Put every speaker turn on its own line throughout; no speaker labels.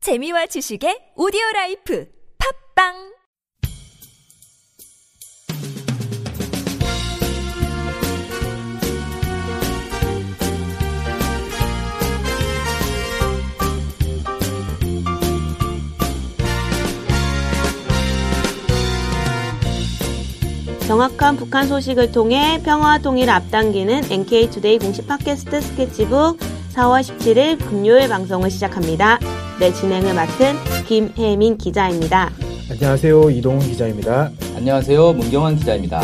재미와 지식의 오디오 라이프 팝빵
정확한 북한 소식을 통해 평화와 통일을 앞당기는 NK투데이 공식 팟캐스트 스케치북 4월 17일 금요일 방송을 시작합니다. 내 진행을 맡은 김혜민 기자입니다.
안녕하세요. 이동훈 기자입니다.
안녕하세요. 문경환 기자입니다.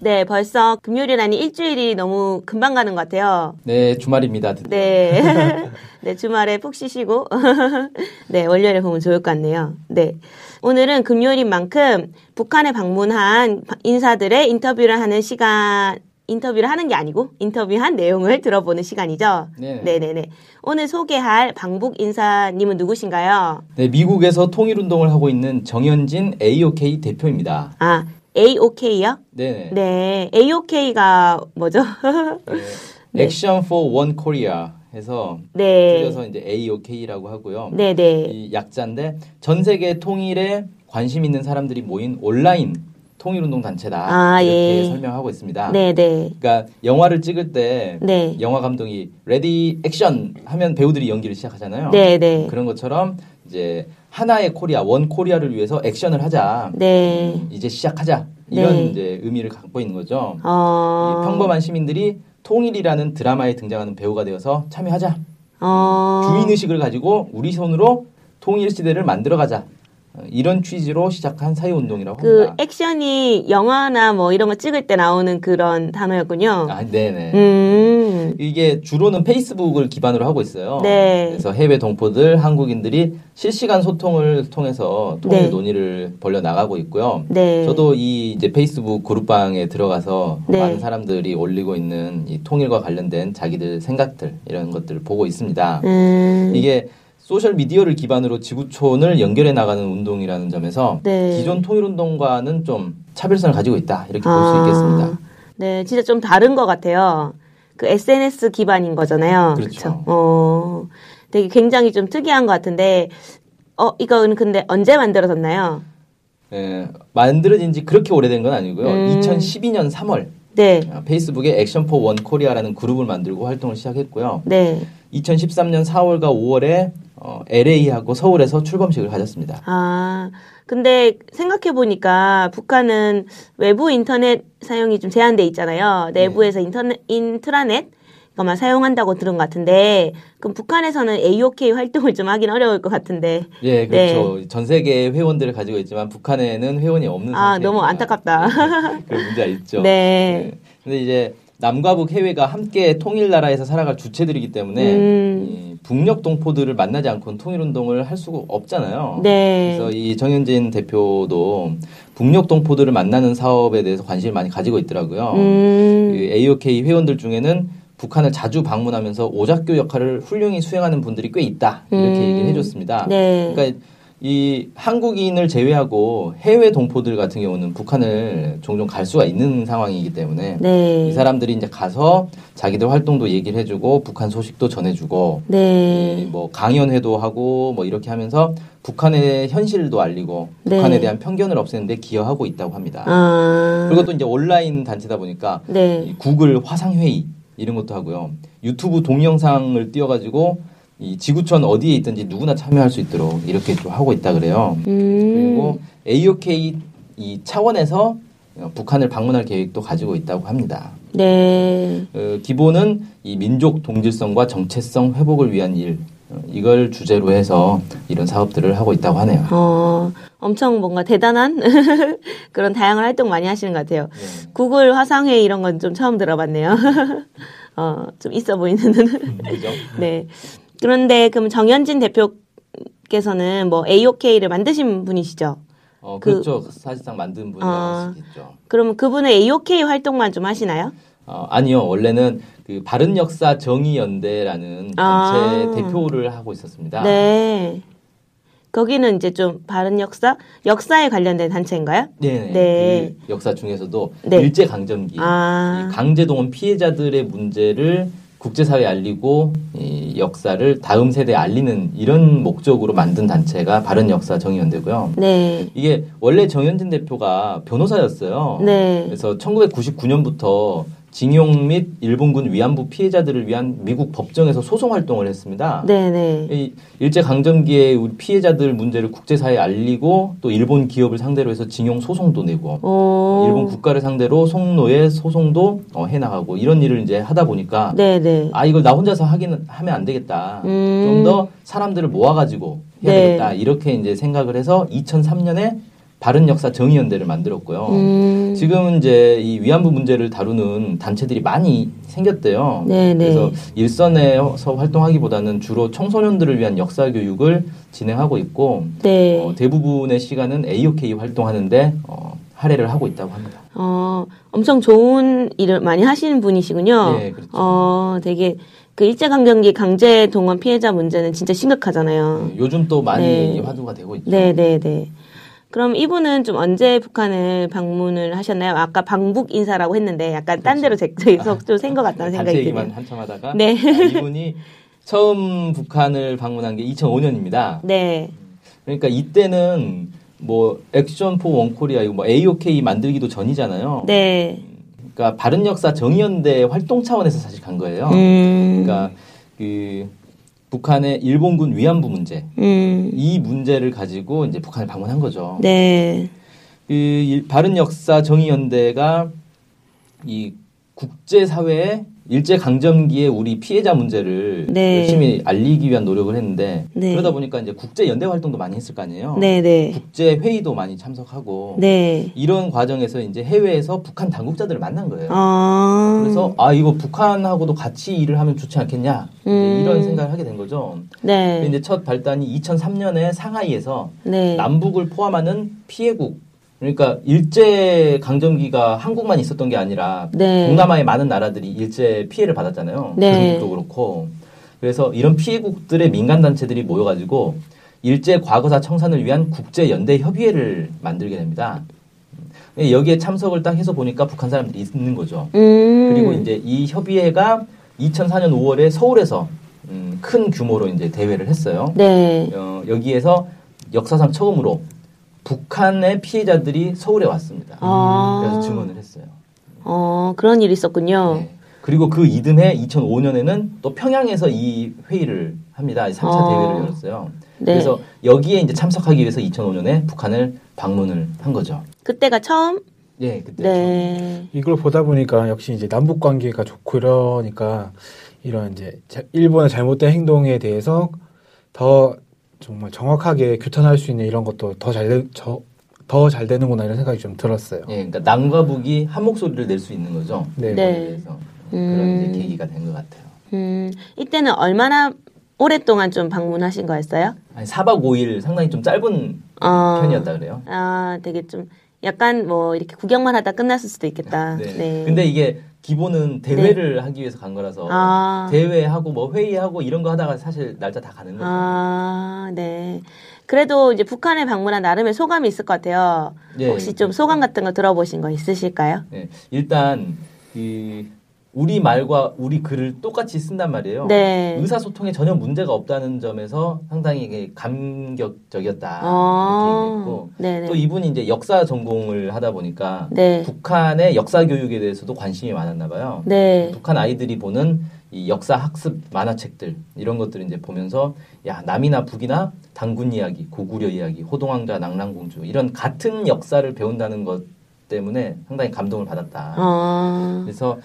네, 벌써 금요일이라니 일주일이 너무 금방 가는 것 같아요.
네, 주말입니다. 드디어.
네. 네, 주말에 푹 쉬시고. 네, 월요일에 보면 좋을 것 같네요. 네. 오늘은 금요일인 만큼 북한에 방문한 인사들의 인터뷰를 하는 시간, 인터뷰를 하는 게 아니고 인터뷰한 내용을 들어보는 시간이죠.
네.
네네네. 오늘 소개할 방북 인사님은 누구신가요?
네, 미국에서 통일 운동을 하고 있는 정현진 AOK 대표입니다.
아, AOK요?
네. 네.
네, AOK가 뭐죠?
액션 for One Korea 해서
네.
줄여서 이제 AOK라고 하고요.
네네.
이 약자인데 전 세계 통일에 관심 있는 사람들이 모인 온라인 통일 운동 단체다.
아,
이렇게
예.
설명하고 있습니다.
네네.
그러니까 영화를 찍을 때
네.
영화 감독이 레디 액션 하면 배우들이 연기를 시작하잖아요.
네네.
그런 것처럼 이제 하나의 코리아 원 코리아를 위해서 액션을 하자
네.
이제 시작하자 이런
네.
이제 의미를 갖고 있는 거죠.
어.
이 평범한 시민들이 통일이라는 드라마에 등장하는 배우가 되어서 참여하자
어.
주인 의식을 가지고 우리 손으로 통일 시대를 만들어가자 어, 이런 취지로 시작한 사회 운동이라고
그
합니다.
액션이 영화나 뭐 이런 거 찍을 때 나오는 그런 단어였군요.
아, 네네.
음.
이게 주로는 페이스북을 기반으로 하고 있어요.
네.
그래서 해외 동포들, 한국인들이 실시간 소통을 통해서 통일
네.
논의를 벌려 나가고 있고요.
네.
저도 이 이제 페이스북 그룹방에 들어가서
네.
많은 사람들이 올리고 있는 이 통일과 관련된 자기들 생각들 이런 것들을 보고 있습니다.
음.
이게 소셜 미디어를 기반으로 지구촌을 연결해 나가는 운동이라는 점에서
네.
기존 통일 운동과는 좀 차별성을 가지고 있다 이렇게 볼 수
아.
있겠습니다.
네, 진짜 좀 다른 것 같아요. 그 SNS 기반인 거잖아요.
그렇죠.
그쵸? 어. 되게 굉장히 좀 특이한 것 같은데 어, 이거는 근데 언제 만들어졌나요?
예, 만들어진 지 그렇게 오래된 건 아니고요.
음.
2012년 3월
네.
페이스북에 액션 포 원 코리아라는 그룹을 만들고 활동을 시작했고요.
네.
2013년 4월과 5월에 LA하고 서울에서 출범식을 가졌습니다.
아, 근데 생각해보니까 북한은 외부 인터넷 사용이 좀 제한돼 있잖아요. 내부에서
네.
인터넷, 인트라넷? 이거만 사용한다고 들은 것 같은데, 그럼 북한에서는 AOK 활동을 좀 하긴 어려울 것 같은데.
예, 그렇죠. 전 세계 회원들을 가지고 있지만 북한에는 회원이 없는 상태.
아, 너무 안타깝다.
그런 문제가 있죠.
네.
예. 근데 이제 남과 북 해외가 함께 통일 나라에서 살아갈 주체들이기 때문에
음.
이 북녘 동포들을 만나지 않고는 통일 운동을 할 수가 없잖아요.
네.
그래서 이 정현진 대표도 북녘 동포들을 만나는 사업에 대해서 관심을 많이 가지고 있더라고요.
음,
그 AOK 회원들 중에는 북한을 자주 방문하면서 오작교 역할을 훌륭히 수행하는 분들이 꽤 있다 이렇게
음.
얘기를 해줬습니다.
네.
그러니까 이 한국인을 제외하고 해외 동포들 같은 경우는 북한을 종종 갈 수가 있는 상황이기 때문에
네.
이 사람들이 이제 가서 자기들 활동도 얘기를 해주고 북한 소식도 전해주고 이
네.
뭐 강연회도 하고 뭐 이렇게 하면서 북한의 현실도 알리고
네.
북한에 대한 편견을 없애는데 기여하고 있다고 합니다.
아,
그리고 또 이제 온라인 단체다 보니까
네.
이 구글 화상회의 이런 것도 하고요. 유튜브 동영상을 띄워가지고 이 지구촌 어디에 있든지 누구나 참여할 수 있도록 이렇게 좀 하고 있다 그래요.
음,
그리고 AOK 이 차원에서 어, 북한을 방문할 계획도 가지고 있다고 합니다.
네.
어, 기본은 이 민족 동질성과 정체성 회복을 위한 일 어, 이걸 주제로 해서 이런 사업들을 하고 있다고 하네요.
어, 엄청 뭔가 대단한 그런 다양한 활동 많이 하시는 것 같아요.
네.
구글 화상회의 이런 건 좀 처음 들어봤네요. 어, 좀 있어 보이는.
음, 그죠?
네. 그런데 그럼 정현진 대표께서는 뭐 AOK를 만드신 분이시죠?
어,
그-
그렇죠. 사실상 만든 분이라고
아.
할 수 있겠죠.
그러면 그분은 AOK 활동만 좀 하시나요?
어, 아니요. 원래는 그 바른 역사 정의 연대라는 단체
아.
아. 대표를 하고 있었습니다.
네. 거기는 이제 좀 바른 역사, 역사에 관련된 단체인가요?
네.
네.
그 역사 중에서도
네.
일제 강점기
아.
이 강제동원 피해자들의 문제를 국제사회에 알리고 이 역사를 다음 세대에 알리는 이런 목적으로 만든 단체가 바른 역사 정의연대고요.
네.
이게 원래 정현진 대표가 변호사였어요.
네.
그래서 1999년부터 징용 및 일본군 위안부 피해자들을 위한 미국 법정에서 소송 활동을 했습니다.
네, 네.
이 일제 강점기에 우리 피해자들 문제를 국제사회에 알리고 또 일본 기업을 상대로 해서 징용 소송도 내고
오.
일본 국가를 상대로 송로의 소송도 어, 해나가고 이런 일을 이제 하다 보니까
네, 네.
아 이걸 나 혼자서 하기는 하면 안 되겠다
음.
좀 더 사람들을 모아가지고 해야
네.
되겠다 이렇게 이제 생각을 해서 2003년에 바른 역사 정의연대를 만들었고요.
음.
지금 이제 이 위안부 문제를 다루는 단체들이 많이 생겼대요.
네, 네.
그래서 일선에서 활동하기보다는 주로 청소년들을 위한 역사 교육을 진행하고 있고
네.
어, 대부분의 시간은 AOK 활동하는데 어, 할애를 하고 있다고 합니다.
어, 엄청 좋은 일을 많이 하시는 분이시군요.
네, 그렇죠.
어, 되게 그 일제강점기 강제 동원 피해자 문제는 진짜 심각하잖아요.
요즘 또 많이
네.
화두가 되고 있죠.
네, 네, 네. 그럼 이분은 좀 언제 북한을 방문을 하셨나요? 아까 방북 인사라고 했는데 약간 딴 데로 제- 계속 좀 센 것 같다는
그렇죠. 아, 단체
생각이
얘기만
드네요.
한참 하다가
네.
아, 이분이 처음 북한을 방문한 게 2005년입니다.
네.
그러니까 이때는 뭐 액션 포 원코리아 이거 뭐 AOK 만들기도 전이잖아요.
네.
그러니까 바른 역사 정의연대 활동 차원에서 사실 간 거예요.
음.
어, 그러니까 그 북한의 일본군 위안부 문제
음.
이 문제를 가지고 이제 북한을 방문한 거죠.
네.
그 일- 바른 역사 정의연대가 이 국제 사회에 일제 강점기에 우리 피해자 문제를
네.
열심히 알리기 위한 노력을 했는데
네.
그러다 보니까 이제 국제 연대 활동도 많이 했을 거 아니에요.
네, 네.
국제 회의도 많이 참석하고
네.
이런 과정에서 이제 해외에서 북한 당국자들을 만난 거예요.
아.
그래서 아 이거 북한하고도 같이 일을 하면 좋지 않겠냐 이제
음.
이런 생각을 하게 된 거죠. 근데
네.
이제 첫 발단이 2003년에 상하이에서
네.
남북을 포함하는 피해국 그러니까 일제 강점기가 한국만 있었던 게 아니라
네.
동남아의 많은 나라들이 일제 피해를 받았잖아요.
네.
중국도 그렇고 그래서 이런 피해국들의 민간 단체들이 모여가지고 일제 과거사 청산을 위한 국제 연대 협의회를 만들게 됩니다. 음. 여기에 참석을 딱 해서 보니까 북한 사람들이 있는 거죠.
음.
그리고 이제 이 협의회가 2004년 5월에 서울에서 음, 큰 규모로 이제 대회를 했어요.
네.
어, 여기에서 역사상 처음으로 북한의 피해자들이 서울에 왔습니다.
아.
그래서 증언을 했어요.
어, 그런 일이 있었군요.
네. 그리고 그 이듬해 2005년에는 또 평양에서 이 회의를 합니다. 3차
아.
대회를 열었어요.
네.
그래서 여기에 이제 참석하기 위해서 2005년에 북한을 방문을 한 거죠.
그때가 처음?
예, 그때
네.
이걸 보다 보니까 역시 이제 남북 관계가 좋고 이러니까 이런 이제 자- 일본의 잘못된 행동에 대해서 더 정말 정확하게 규탄할 수 있는 이런 것도 더잘더잘 되는구나 이런 생각이 좀 들었어요.
예, 그러니까 남과 북이 한 목소리를 낼 수 있는 거죠.
네.
네.
그래서 그런
음.
이제 계기가 된 것 같아요.
음, 이때는 얼마나 오랫동안 좀 방문하신 거였어요?
아니, 4박 5일 상당히 좀 짧은
어.
편이었다 그래요.
아, 되게 좀 약간 뭐 이렇게 구경만 하다 끝났을 수도 있겠다.
네.
네.
근데 이게 기본은 대회를 하기 위해서 간 거라서
아.
대회하고 뭐 회의하고 이런 거 하다가 사실 날짜 다 가는 거죠.
아, 네. 그래도 이제 북한에 방문한 나름의 소감이 있을 것 같아요.
네.
혹시 좀 소감 같은 거 들어보신 거 있으실까요?
네. 일단 이 우리 말과 우리 글을 똑같이 쓴단 말이에요.
네.
의사소통에 전혀 문제가 없다는 점에서 상당히 이게 감격적이었다. 이렇게
어,
얘기했고
네네.
또 이분이 이제 역사 전공을 하다 보니까
네.
북한의 역사 교육에 대해서도 관심이 많았나 봐요.
네.
북한 아이들이 보는 이 역사 학습 만화책들 이런 것들을 이제 보면서 야 남이나 북이나 당군 이야기, 고구려 이야기, 호동왕자, 낭랑공주 이런 같은 역사를 배운다는 것 때문에 상당히 감동을 받았다.
어,
그래서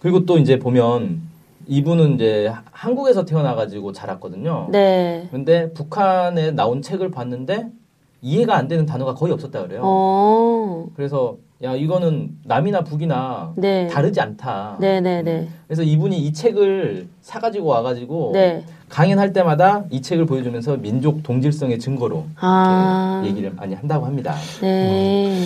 그리고 또 이제 보면 이분은 이제 하- 한국에서 태어나 가지고 자랐거든요.
네.
근데 북한에 나온 책을 봤는데 이해가 안 되는 단어가 거의 없었다 그래요.
어,
그래서 야 이거는 남이나 북이나
네.
다르지 않다.
네네네.
그래서 이분이 이 책을 사가지고 와가지고
네.
어, 강연할 때마다 이 책을 보여주면서 민족 동질성의 증거로
아.
이렇게 얘기를 많이 한다고 합니다.
네.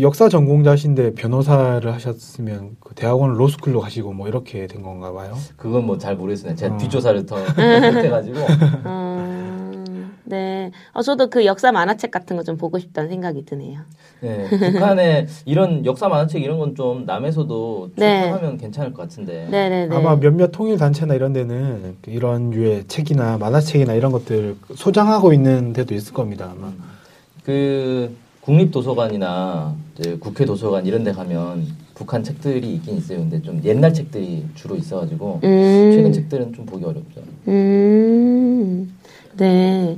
역사 전공자신데 변호사를 하셨으면 그 대학원 로스쿨로 가시고 뭐 이렇게 된 건가 봐요.
그건 뭐 잘 모르겠어요. 제가
네.
어.
음. 뒷조사를 더 못해가지고
음, 네. 어, 저도 그 역사 만화책 같은 거 좀 보고 싶다는 생각이 드네요.
네, 북한의 이런 역사 만화책 이런 건 좀 남에서도
네.
출판하면 괜찮을 것 같은데.
네네네.
아마 몇몇 통일 단체나 이런 데는 이런 유의 책이나 만화책이나 이런 것들 소장하고 있는 데도 있을 겁니다. 아마.
그 국립도서관이나 이제 국회 도서관 이런 데 가면 북한 책들이 있긴 있어요. 근데 좀 옛날 책들이 주로 있어가지고
음.
최근 책들은 좀 보기 어렵죠.
음, 네.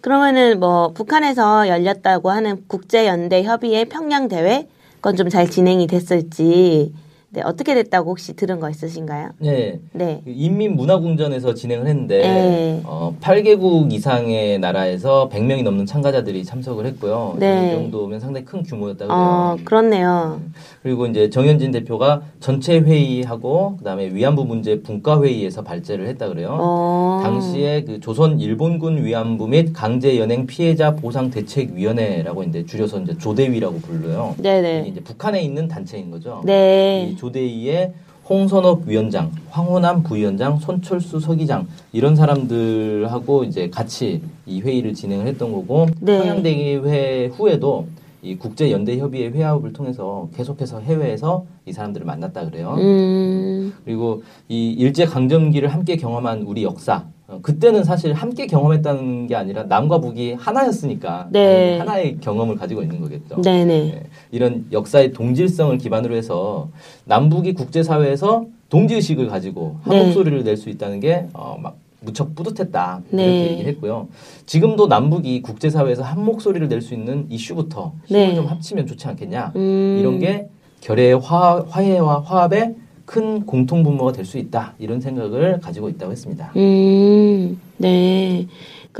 그러면은 뭐 북한에서 열렸다고 하는 국제연대 협의회 평양 대회 그건 좀 잘 진행이 됐을지 네 어떻게 됐다고 혹시 들은 거 있으신가요?
네.
네,
그 인민문화궁전에서 진행을
네.
했는데 어, 8개국 이상의 나라에서 100명이 넘는 참가자들이 참석을 했고요.
네.
이 정도면 상당히 큰 규모였다고 해요. 음.
어 그렇네요.
그리고 이제 정현진 대표가 전체 회의하고 그다음에 위안부 문제 분과 회의에서 발제를 했다 그래요.
어,
당시에 그 조선 일본군 위안부 및 강제 연행 피해자 보상 대책 위원회라고 이제 줄여서 이제 조대위라고 불러요. 이게
네네,
이제 북한에 있는 단체인 거죠.
네,
이 조대위에 홍선업 위원장, 황호남 부위원장, 손철수 서기장 이런 사람들하고 이제 같이 이 회의를 진행을 했던 거고
네.
평양대회 후에도 이 국제 연대 협의회 회합을 통해서 계속해서 해외에서 이 사람들을 만났다 그래요.
음,
그리고 이 일제 강점기를 함께 경험한 우리 역사. 어, 그때는 사실 함께 경험했다는 게 아니라 남과 북이 하나였으니까
네.
당연히 하나의 경험을 가지고 있는 거겠죠.
음. 네네,
예, 이런 역사의 동질성을 기반으로 해서 남북이 국제사회에서 동지의식을 가지고 한국
네.
소리를 낼 수 있다는 게 어, 막 무척 뿌듯했다
네.
이렇게 얘기를 했고요. 지금도 남북이 국제사회에서 한 목소리를 낼 수 있는 이슈부터 힘을
네.
좀 합치면 좋지 않겠냐
음,
이런 게 결의 화, 화해와 화합의 큰 공통분모가 될 수 있다 이런 생각을 가지고 있다고 했습니다.
음, 네.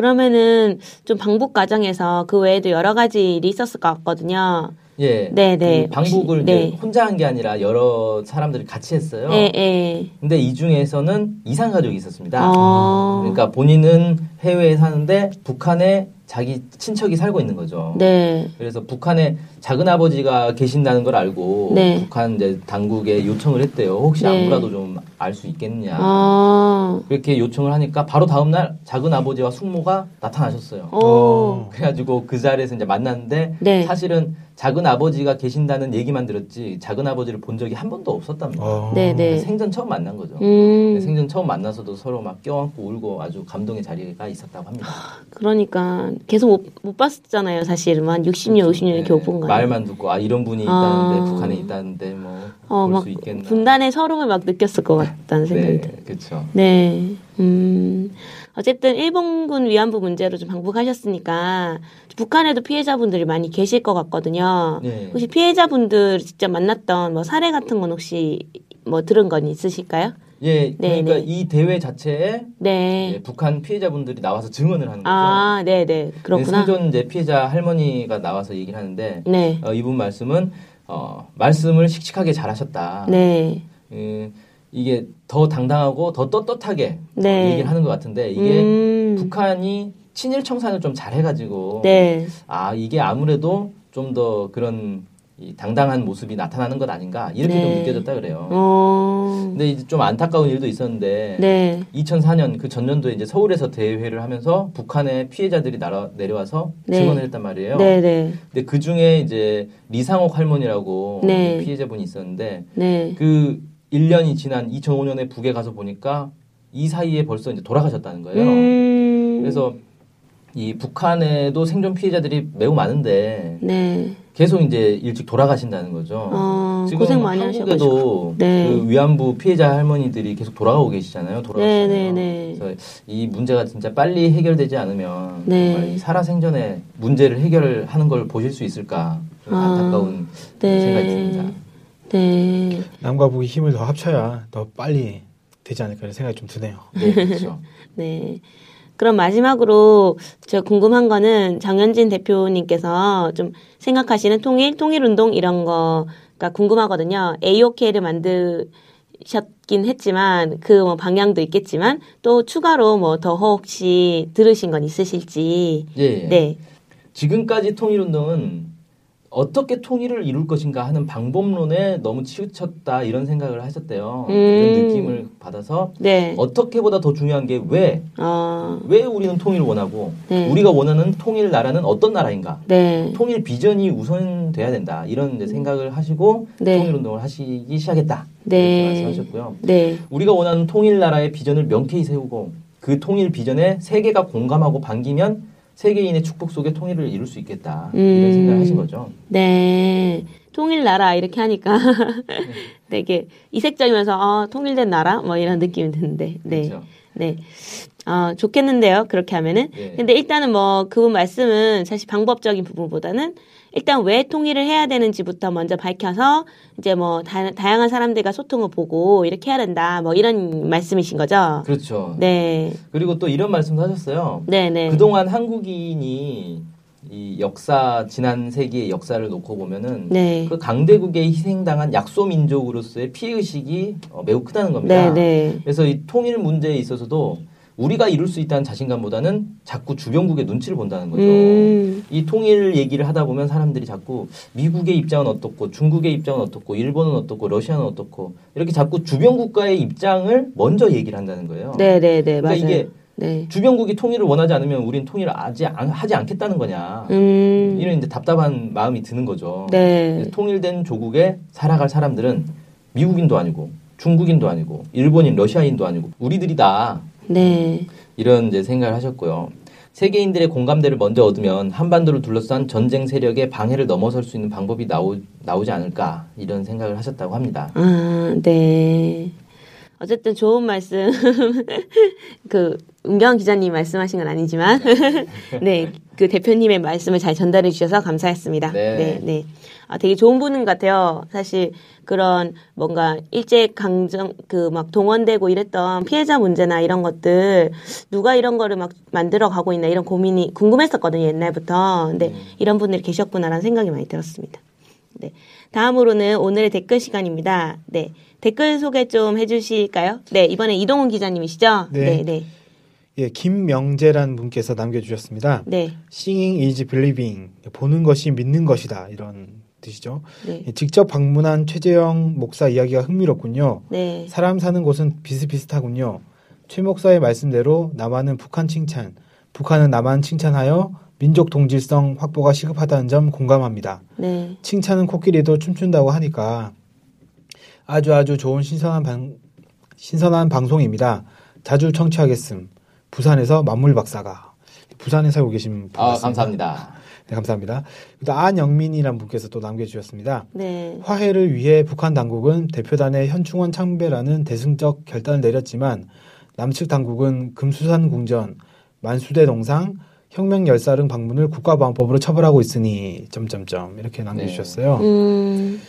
그러면은 좀 방북 과정에서 그 외에도 여러 가지 일이 있었을 것 같거든요.
예,
네네.
이 방북을
혹시-
이제
네.
혼자 한 게 아니라 여러 사람들이 같이 했어요.
예, 예.
근데 이 중에서는 이산 가족이 있었습니다.
어,
그러니까 본인은 해외에 사는데 북한에 자기 친척이 살고 있는 거죠.
네,
그래서 북한에 작은 아버지가 계신다는 걸 알고
네.
북한 이제 당국에 요청을 했대요. 혹시
네.
안부라도 좀 알 수 있겠느냐.
아,
그렇게 요청을 하니까 바로 다음 날 작은 아버지와 숙모가 나타나셨어요.
오,
그래가지고 그 자리에서 이제 만났는데
네.
사실은 작은 아버지가 계신다는 얘기만 들었지 작은 아버지를 본 적이 한 번도 없었답니다.
어.
네네.
생전 처음 만난 거죠.
음,
생전 처음 만나서도 서로 막 껴안고 울고 아주 감동의 자리가 있었다고 합니다.
그러니까 계속 못, 못 봤잖아요, 사실은. 한 60년, 50년 이렇게 못 본 거예요.
네. 말만 듣고 아 이런 분이
아.
있다는데 북한에 있다는데
어,
뭐볼수
막
있겠나.
분단의 서름을 막 느꼈을 것 같다는 생각이
네,
들어요.
그렇죠.
네, 음, 어쨌든 일본군 위안부 문제로 좀 방북하셨으니까 북한에도 피해자분들이 많이 계실 것 같거든요.
네.
혹시 피해자분들 직접 만났던 뭐 사례 같은 건 혹시 뭐 들은 건 있으실까요?
예,
네,
그러니까
네.
이 대회 자체에
네.
예, 북한 피해자분들이 나와서 증언을 하는 거죠.
아, 네, 네,
근데
그렇구나.
생존 이제 피해자 할머니가 나와서 얘기를 하는데
네,
어, 이분 말씀은 어, 말씀을 씩씩하게 잘하셨다.
네,
예, 이게 더 당당하고 더 떳떳하게
네.
얘기를 하는 것 같은데 이게
음,
북한이 친일 청산을 좀 잘해가지고
네,
아 이게 아무래도 좀 더 그런 이 당당한 모습이 나타나는 것 아닌가 이렇게
네.
좀 느껴졌다 그래요.
어,
근데 이제 좀 안타까운 일도 있었는데
네,
2004년 그 전년도에 이제 서울에서 대회를 하면서 북한의 피해자들이 날아, 내려와서
네.
증언을 했단 말이에요.
네, 네,
근데 그 중에 이제 리상옥 할머니라고
네.
피해자분이 있었는데
네,
그 1년이 지난 2005년에 북에 가서 보니까 이 사이에 벌써 이제 돌아가셨다는 거예요.
음,
그래서 이 북한에도 생존 피해자들이 매우 많은데
네,
계속 이제 일찍 돌아가신다는 거죠.
어,
지금
고생 많이
한국에도
네.
그 위안부 피해자 할머니들이 계속 돌아가고 계시잖아요. 돌아가시잖아요.
네, 네, 네.
그래서 이 문제가 진짜 빨리 해결되지 않으면
네.
정말 이 살아생전에 문제를 해결하는 걸 보실 수 있을까 좀
아,
안타까운
네.
생각이 듭니다.
네,
남과 북이 힘을 더 합쳐야 더 빨리 되지 않을까 이런 생각이 좀 드네요.
네, 그렇죠.
네. 그럼 마지막으로 제가 궁금한 거는 장현진 대표님께서 좀 생각하시는 통일, 통일운동 이런 거가 궁금하거든요. AOK를 만드셨긴 했지만 그 뭐 방향도 있겠지만 또 추가로 뭐 더 혹시 들으신 건 있으실지.
예, 예.
네.
지금까지 통일운동은 어떻게 통일을 이룰 것인가 하는 방법론에 너무 치우쳤다 이런 생각을 하셨대요.
음.
이런 느낌을 받아서
네.
어떻게보다 더 중요한 게 왜 왜
어,
우리는 통일을 원하고
네.
우리가 원하는 통일 나라는 어떤 나라인가?
네.
통일 비전이 우선 돼야 된다 이런 이제 생각을 하시고
네.
통일 운동을 하시기 시작했다
네.
이렇게 말씀하셨고요.
네.
우리가 원하는 통일 나라의 비전을 명쾌히 세우고 그 통일 비전에 세계가 공감하고 반기면 세계인의 축복 속에 통일을 이룰 수 있겠다
음.
이런 생각을 하신 거죠.
네. 통일 나라 이렇게 하니까 되게 이색적이면서 어, 통일된 나라 뭐 이런 느낌이 드는데. 네.
그렇죠?
네. 어, 좋겠는데요. 그렇게 하면은.
예.
근데 일단은 뭐 그분 말씀은 사실 방법적인 부분보다는 일단 왜 통일을 해야 되는지부터 먼저 밝혀서 이제 뭐 다, 다양한 사람들과 소통을 보고 이렇게 해야 된다. 뭐 이런 말씀이신 거죠.
그렇죠.
네.
그리고 또 이런 말씀도 하셨어요.
네, 네.
그동안 한국인이 이 역사 지난 세기의 역사를 놓고 보면은
네.
그 강대국에 희생당한 약소 민족으로서의 피해 의식이 어, 매우 크다는
네,
겁니다.
네.
그래서 이 통일 문제에 있어서도 우리가 이룰 수 있다는 자신감보다는 자꾸 주변국의 눈치를 본다는 거죠.
음.
이 통일 얘기를 하다 보면 사람들이 자꾸 미국의 입장은 어떻고 중국의 입장은 어떻고 일본은 어떻고 러시아는 어떻고 이렇게 자꾸 주변 국가의 입장을 먼저 얘기를 한다는 거예요.
네, 네, 네.
그러니까
맞아요.
이게
네.
주변국이 통일을 원하지 않으면 우린 통일을 하지, 않, 하지 않겠다는 거냐.
음.
이런 이제 답답한 마음이 드는 거죠.
네.
그래서 통일된 조국에 살아갈 사람들은 미국인도 아니고 중국인도 아니고 일본인, 러시아인도 아니고 우리들이다.
네.
이런 이제 생각을 하셨고요. 세계인들의 공감대를 먼저 얻으면 한반도를 둘러싼 전쟁 세력의 방해를 넘어설 수 있는 방법이 나오, 나오지 않을까 이런 생각을 하셨다고 합니다.
아, 네. 어쨌든 좋은 말씀. 그, 은경 기자님 말씀하신 건 아니지만, 네. 그 대표님의 말씀을 잘 전달해 주셔서 감사했습니다.
네.
네. 네. 아, 되게 좋은 분인 것 같아요. 사실 그런 뭔가 일제 강점 그 막 동원되고 이랬던 피해자 문제나 이런 것들 누가 이런 거를 막 만들어 가고 있나 이런 고민이 궁금했었거든요 옛날부터. 근데 이런 분들이 계셨구나라는 생각이 많이 들었습니다. 네. 다음으로는 오늘의 댓글 시간입니다. 네. 댓글 소개 좀 해주실까요? 네. 이번에 이동훈 기자님이시죠?
네.
네. 네.
예, 김명재란 분께서 남겨주셨습니다.
네.
Seeing is believing. 보는 것이 믿는 것이다. 이런 뜻이죠.
네.
예, 직접 방문한 최재영 목사 이야기가 흥미롭군요.
네.
사람 사는 곳은 비슷비슷하군요. 최 목사의 말씀대로 남한은 북한 칭찬, 북한은 남한 칭찬하여 민족 동질성 확보가 시급하다는 점 공감합니다.
네.
칭찬은 코끼리도 춤춘다고 하니까 아주 아주 좋은 신선한 방, 신선한 방송입니다. 자주 청취하겠음. 부산에서 만물 박사가 부산에 살고 계신 분
아,
같습니다.
감사합니다.
네, 감사합니다. 또 안영민이란 분께서 또 남겨주셨습니다.
네.
화해를 위해 북한 당국은 대표단의 현충원 창배라는 대승적 결단을 내렸지만 남측 당국은 금수산 궁전, 만수대 동상, 혁명 열사 등 방문을 국가보안법으로 처벌하고 있으니 점점점
네.
이렇게 남겨주셨어요.
음.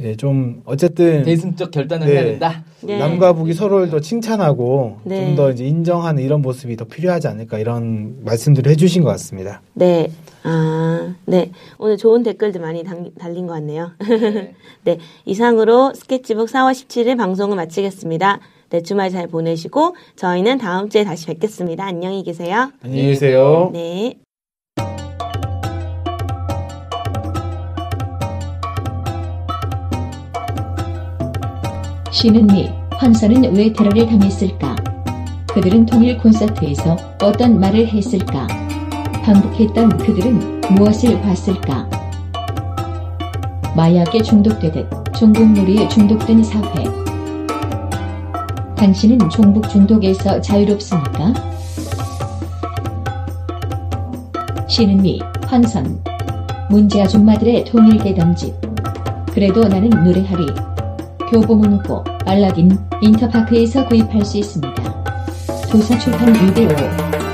예, 좀 어쨌든
대승적 결단을
네.
해야 된다.
네.
남과 북이 서로를 더 칭찬하고
네.
좀 더 이제 인정하는 이런 모습이 더 필요하지 않을까 이런 말씀들을 해주신 것 같습니다.
네. 아, 네. 오늘 좋은 댓글들 많이 당- 달린 것 같네요.
네.
네. 이상으로 스케치북 4월 17일 방송을 마치겠습니다. 네. 주말 잘 보내시고 저희는 다음 주에 다시 뵙겠습니다. 안녕히 계세요.
안녕히 계세요.
네.
신은미, 황선은 왜 테러를 당했을까? 그들은 통일 콘서트에서 어떤 말을 했을까? 반복했던 그들은 무엇을 봤을까? 마약에 중독되듯 종북놀이에 중독된 사회. 당신은 종북 중독에서 자유롭습니까? 신은미, 황선. 문제 아줌마들의 통일 대담집. 그래도 나는 노래하리. 교보문고, 알라딘, 인터파크에서 구입할 수 있습니다. 도서출판 605.